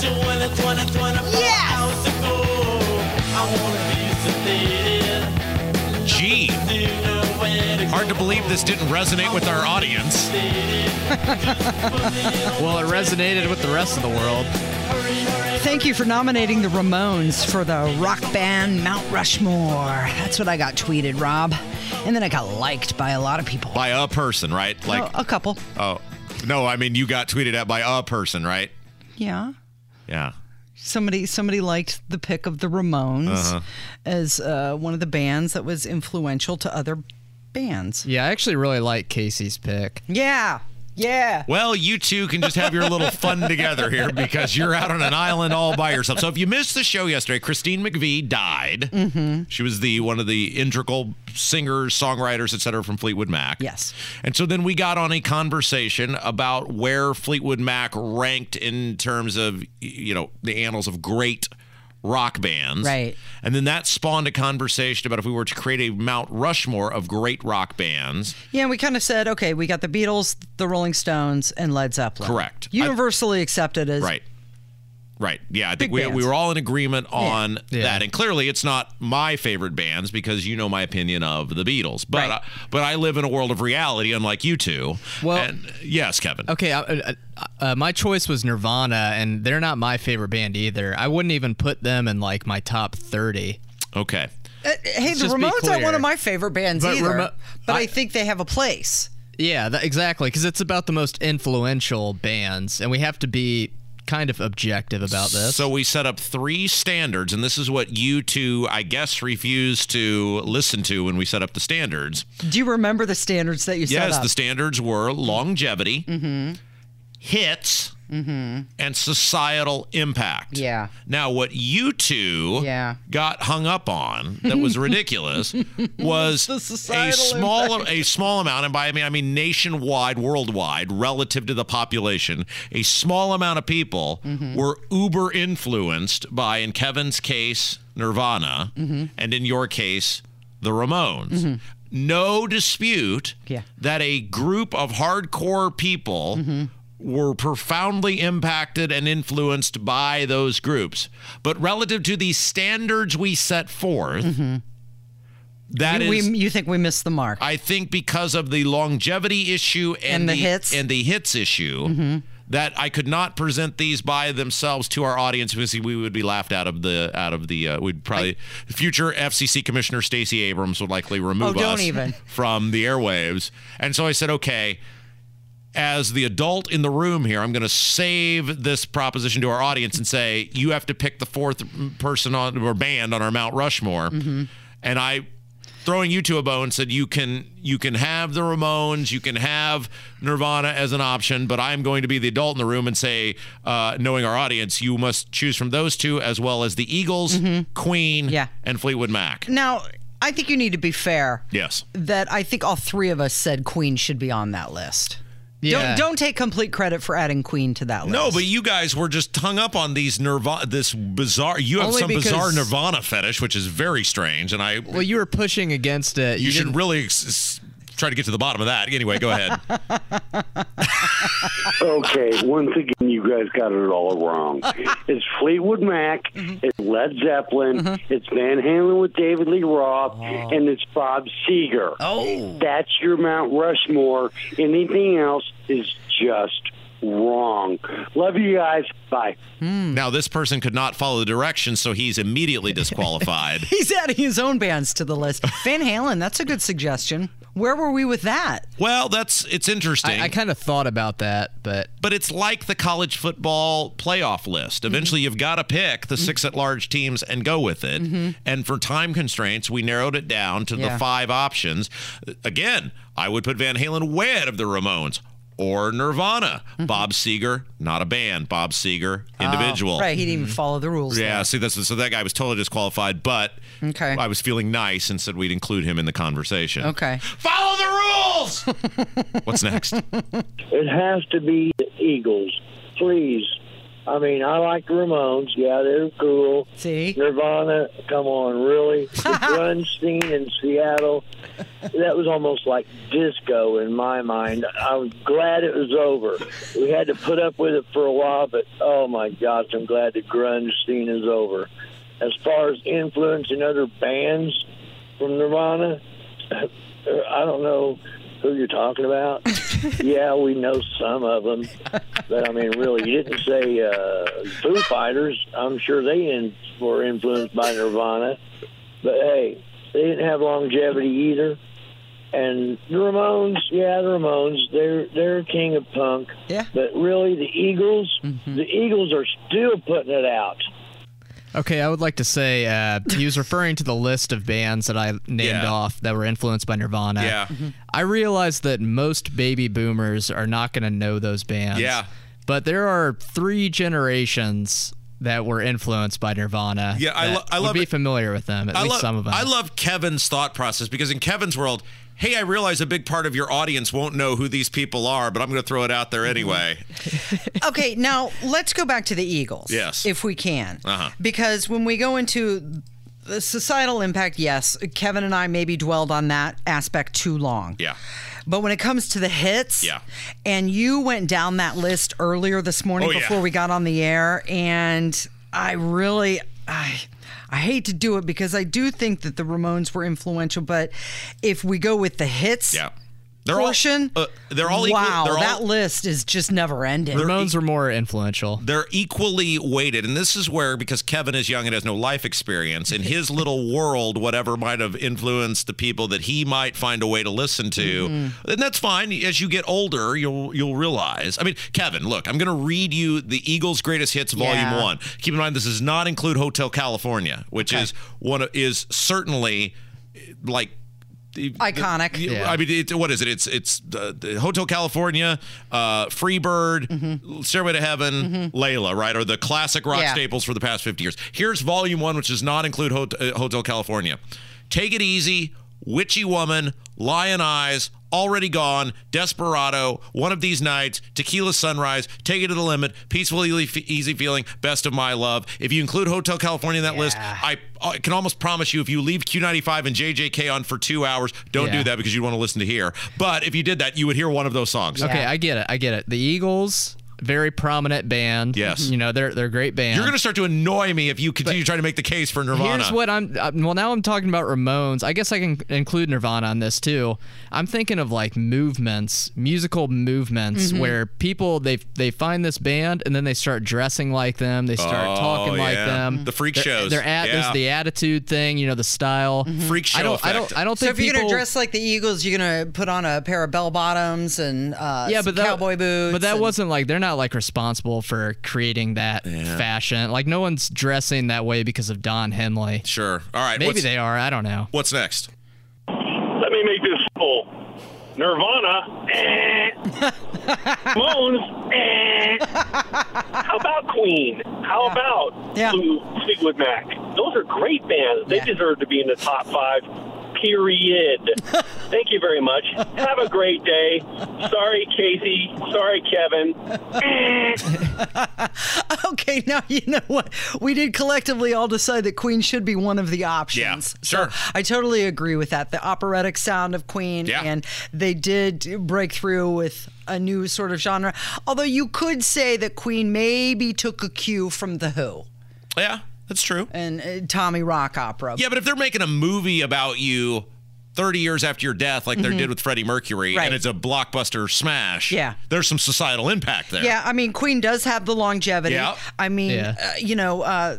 Yes! Gee, hard to believe this didn't resonate with our audience. Well, it resonated with the rest of the world. Thank you for nominating the Ramones for the rock band Mount Rushmore. That's what I got tweeted, Rob. And then I got liked by a lot of people. By a person, right? Like, Oh, a couple. uh, oh, no, I mean, you got tweeted at by a person, right? Yeah. Yeah. Somebody somebody liked the pick of the Ramones Uh-huh. as uh, one of the bands that was influential to other bands. Yeah, I actually really like Casey's pick. Yeah. Yeah. Well, you two can just have your little fun together here because you're out on an island all by yourself. So if you missed the show yesterday, Christine McVie died. Mm-hmm. She was the one of the integral singers, songwriters, et cetera, from Fleetwood Mac. Yes. And so then we got on a conversation about where Fleetwood Mac ranked in terms of you know the annals of great rock bands. Right. And then that spawned a conversation about if we were to create a Mount Rushmore of great rock bands. Yeah, we kind of said, okay, we got the Beatles, the Rolling Stones, and Led Zeppelin. Correct. I- Universally accepted as Right. Right. Yeah, I think Big we, we bands. were all in agreement on Yeah. that. And clearly it's not my favorite bands because you know my opinion of the Beatles. But Right. uh, but I live in a world of reality unlike you two. Well- and, yes, Kevin. Okay, I, I, uh, my choice was Nirvana, and they're not my favorite band either. I wouldn't even put them in like my top thirty. Okay. Uh, hey, the just be Ramones aren't one clear. of my favorite bands But either, Ramo- but I, I- think they have a place. Yeah, that, exactly, because it's about the most influential bands, and we have to be kind of objective about this. So we set up three standards, and this is what you two, I guess, refused to listen to when we set up the standards. Do you remember the standards that you set yes, up? Mm-hmm. the standards were longevity, hits, and societal impact. Yeah. Now, what you two Yeah. got hung up on that was ridiculous was a societal small a small amount, and by I mean I mean nationwide, worldwide, relative to the population, a small amount of people Mm-hmm. were uber influenced by, in Kevin's case, Nirvana, Mm-hmm. and in your case, the Ramones. No dispute Yeah. that a group of hardcore people Mm-hmm. were profoundly impacted and influenced by those groups. But relative to the standards we set forth, that is. we, Mm-hmm. you think we missed the mark? I think because of the longevity issue and, And the hits. Mm-hmm. and the hits issue that I could not present these by themselves to our audience because we would be laughed out of the out of the uh, we'd probably future FCC commissioner Stacey Abrams would likely remove Oh, don't us even. from the airwaves and so I said okay as the adult in the room here, I'm going to save this proposition to our audience and say you have to pick the fourth person on or band on our Mount Rushmore, and I throwing you to a bone said you can you can have the Ramones, you can have Nirvana as an option, but I'm going to be the adult in the room and say, uh, knowing our audience, you must choose from those two as well as the Eagles, Queen, Yeah. and Fleetwood Mac. now, I think you need to be fair. Yes. That I think all three of us said Queen should be on that list. Yeah. Don't don't take complete credit for adding Queen to that list. No, but you guys were just hung up on these Nirvana, this bizarre. You have Only some bizarre because- Nirvana fetish, which is very strange, and I. well, you were pushing against it. you should didn't- really s- s- try to get to the bottom of that. Anyway, go ahead. Okay, once again, you guys got it all wrong. It's Fleetwood Mac, it's Led Zeppelin, it's Van Halen with David Lee Roth, and it's Bob Seger. Oh. That's your Mount Rushmore. Anything else is just wrong. Love you guys. Bye. Hmm. now, this person could not follow the directions, so he's immediately disqualified. he's adding his own bands to the list. Van Halen, that's a good suggestion. Where were we with that? well, that's it's interesting. I, I kind of thought about that, but but it's like the college football playoff list. Mm-hmm. Eventually, you've got to pick the six at large teams and go with it. And for time constraints, we narrowed it down to the Mm-hmm. Yeah. five options. Again, I would put Van Halen way ahead of the Ramones. or Nirvana. Mm-hmm. Bob Seger, not a band. Bob Seger, individual. Ah, Right, he didn't even follow the rules. Yeah, see, that's so that guy was totally disqualified, but Okay. I was feeling nice and said we'd include him in the conversation. Okay. Follow the rules! What's next? It has to be the Eagles, please. I mean, I like the Ramones. Yeah, they're cool. See? Nirvana, come on, really? Runstein in Seattle. That was almost like disco in my mind. I'm glad it was over. We had to put up with it for a while, but oh my gosh, I'm glad the grunge scene is over. As far as influencing other bands from Nirvana, I don't know who you're talking about. yeah, we know some of them, but I mean, really, you didn't say uh, Foo Fighters. I'm sure they in, were influenced by Nirvana, but hey, they didn't have longevity either. And the Ramones, yeah, the Ramones, they're they're king of punk. Yeah. But really, the Eagles, the Eagles are still putting it out. Okay, I would like to say uh, he was referring to the list of bands that I named Yeah. off that were influenced by Nirvana. Yeah. Mhm. I realize that most baby boomers are not going to know those bands. Yeah. But there are three generations that were influenced by Nirvana. Yeah, I that lo- I would love be it. familiar with them, at least love, some of them. I love Kevin's thought process because in Kevin's world, hey, I realize a big part of your audience won't know who these people are, but I'm going to throw it out there anyway. Mm-hmm. Okay, now let's go back to the Eagles. Yes. If we can. Uh-huh. Because when we go into the societal impact, yes, Kevin and I maybe dwelled on that aspect too long. Yeah. But when it comes to the hits, Yeah. and you went down that list earlier this morning Oh, yeah. before we got on the air, and I really, I, I hate to do it because I do think that the Ramones were influential, but if we go with the hits, Yeah. portion, all uh, they're all equal- wow, they're all- that list is just never ending. Ramones were more influential. They're equally weighted. And this is where, because Kevin is young and has no life experience, in his little world, whatever might have influenced the people that he might find a way to listen to, Mm-hmm. and that's fine. As you get older, you'll you'll realize. I mean, Kevin, look, I'm going to read you the Eagles' greatest hits, volume Yeah. one. Keep in mind, this does not include Hotel California, which is one of, is certainly eh, like. the- the- Iconic. the- Yeah. I mean, it, what is it? It's it's uh, the Hotel California, uh, Freebird, Mm-hmm. Stairway to Heaven, Layla, right? Are the classic rock Yeah. staples for the past 50 years. Here's Volume One, which does not include Hot- uh, Hotel California. Take it easy, Witchy Woman, Lion Eyes. Already gone, Desperado, One of These Nights, Tequila Sunrise, Take It to the Limit, Peaceful Easy Easy Feeling, Best of My Love. If you include Hotel California in that list, I, I can almost promise you if you leave Q95 and JJK on for two hours, don't do Yeah. that because you want to listen to hear. But if you did that, you would hear one of those songs. Okay, I get it. I get it. The Eagles, very prominent band. Yes. You know, they're, they're a great band. You're going to start to annoy me if you continue trying to make the case for Nirvana. Here's what I'm. uh, Well, now I'm talking about Ramones. I guess I can include Nirvana on this too. I'm thinking of like movements, musical movements, Mm-hmm. where people they they find this band and then they start dressing like them. They start talking like Oh, yeah. them. The freak They're- shows. They're at Yeah. there's the attitude thing. You know the style. Freak show I don't. I effect. don't. I don't Mm-hmm. So think if you're gonna people- dress like the Eagles, you're gonna put on a pair of bell bottoms and uh, yeah, some but that, cowboy boots. But that and- wasn't like they're not like responsible for creating that fashion. Like no one's dressing that way because of Don Henley. Sure. All right. Maybe what's, they are. I don't know. What's next? Let me make this full. Nirvana. Eh. Ramones. Eh. How about Queen? How about Yeah. Blue Fleetwood Mac? Those are great bands. They Yeah. deserve to be in the top five. Period. Thank you very much. Have a great day. Sorry, Casey. Sorry, Kevin. Eh. okay. Now you know what we did collectively all decide that Queen should be one of the options. Yeah, sure. So I totally agree with that. The operatic sound of Queen, Yeah. and they did break through with a new sort of genre. Although you could say that Queen maybe took a cue from the Who Yeah, that's true. Eh. and uh, Tommy Rock opera. Yeah, but if they're making a movie about you 30 years after your death, like Mm-hmm. they did with Freddie Mercury, Right. and it's a blockbuster smash, Yeah. there's some societal impact there. Yeah, I mean, Queen does have the longevity. Yeah. I mean, Yeah. uh, you know, uh,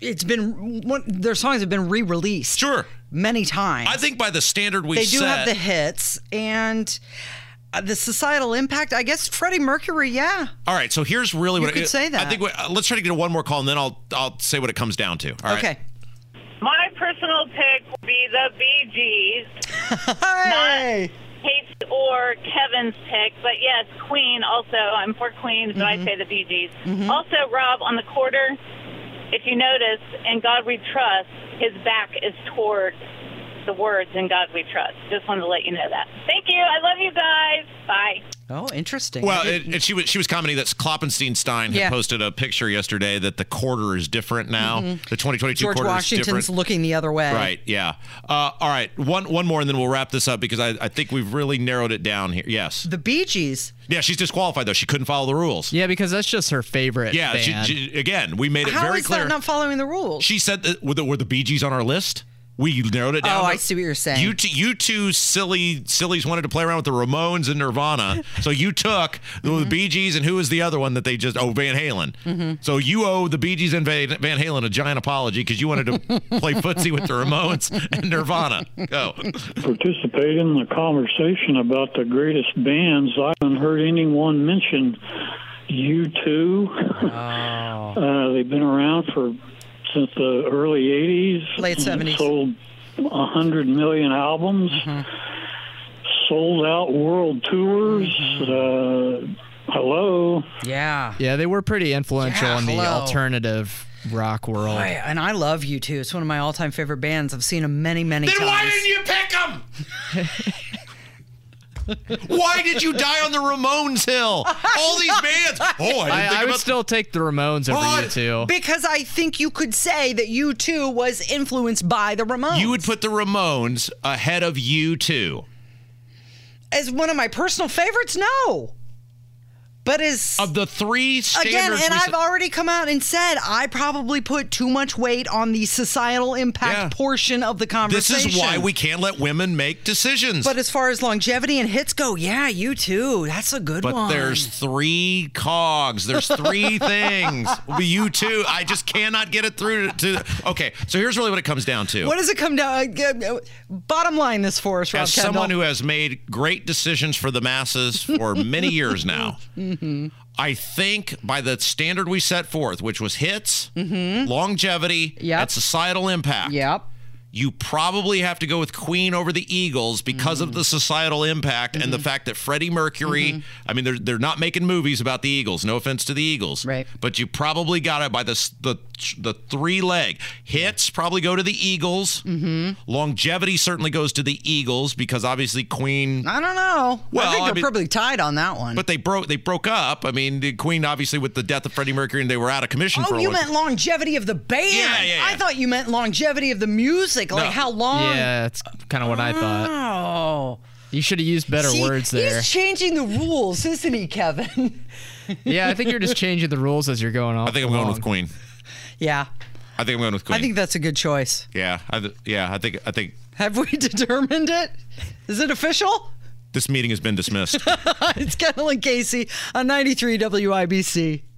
it's been one, their songs have been re-released. Sure. many times. I think by the standard we they do set, have the hits and uh, the societal impact. I guess Freddie Mercury, yeah, All right, so here's really what could I, say I that. think we, uh, let's try to get one more call, and then I'll I'll say what it comes down to. All right. okay. My personal pick would be the Bee Gees. Hey, Kate's or Kevin's pick, but yes, Queen also. I'm for Queen, but I say the Bee Gees. Mhm. Also, Rob, on the quarter, if you notice, in God We Trust, his back is toward the words in God We Trust. Just wanted to let you know that. Thank you. I love you guys. Bye. Oh, interesting. Well, it, it, she was she was commenting that Kloppenstein had Yeah. posted a picture yesterday that the quarter is different now. Mhm. The 2022 George quarter is Washington's different. looking the other way. Right. Yeah. Uh, all right. One one more, and then we'll wrap this up because I, I think we've really narrowed it down here. Yes. The Bee Gees. Yeah, she's disqualified though. She couldn't follow the rules. Yeah, because that's just her favorite. Yeah. She, band. she- again, we made it How very is clear. that not following the rules? she said that were the, were the Bee Gees on our list. We narrowed it down. Oh, to- I see what you're saying. You two, you two silly sillies wanted to play around with the Ramones and Nirvana, so you took the Bee Gees and who was the other one that they just oh Van Halen. Mhm. So you owe the Bee Gees and Van, Van Halen a giant apology because you wanted to play footsie with the Ramones and Nirvana. Go. participate in the conversation about the greatest bands. I haven't heard anyone mention U2. uh, they've been around for since the early 80s. Late 70s. Sold 100 million albums. Sold out world tours. Uh, hello. Yeah. Yeah, they were pretty influential Yeah, in the hello. alternative rock world. Boy, and I love you too. It's one of my all-time favorite bands. I've seen them many, many times. you pick them? Why did you die on the Ramones hill? All these bands. Oh, I didn't I, think would about- still take the Ramones over Oh, I- you two. Because I think you could say that you too was influenced by the Ramones. You would put the Ramones ahead of you two. as one of my personal favorites? No. But as Of the three again, standards, and we I've said- already come out and said I probably put too much weight on the societal impact portion of the this conversation. is why we can't let women make decisions. But as far as longevity and hits go, yeah, you too. That's a good But one. there's three cogs. There's three things. You two, I just cannot get it through to. Okay, so here's really what it comes down to. what does it come down? uh, uh, Bottom line, this for us, Rob As someone Kendall. who has made great decisions for the masses for many years now, hmm I think by the standard we set forth, which was hits, Mhm. longevity, Yep. and societal impact. Yep. You probably have to go with Queen over the Eagles because Mm. of the societal impact and the Mm-hmm. fact that Freddie Mercury, I mean, they're, they're not making movies about the Eagles. No offense to the Eagles. Right. But you probably got it by the, s- the, the three leg. Hits probably go to the Eagles. Mm-hmm. Longevity certainly goes to the Eagles because obviously Queen. I don't know. Well, I think I they're mean- probably tied on that one. But they broke they broke up. I mean, the Queen obviously with the death of Freddie Mercury and they were out of commission for Oh, a you long meant longevity of the band. Yeah, yeah, I thought you meant longevity of the music, like how long. Yeah, that's kind of what I thought. Oh. You should have used better See, words there. He's changing the rules, isn't he, Kevin? yeah, I think you're just changing the rules as you're going on. I think I'm going with Queen. yeah, I think I'm going with Queen. I think that's a good choice. yeah, I th- yeah, I think I think Have we determined it? Is it official? this meeting has been dismissed. it's Kendall and Casey on 93 WIBC.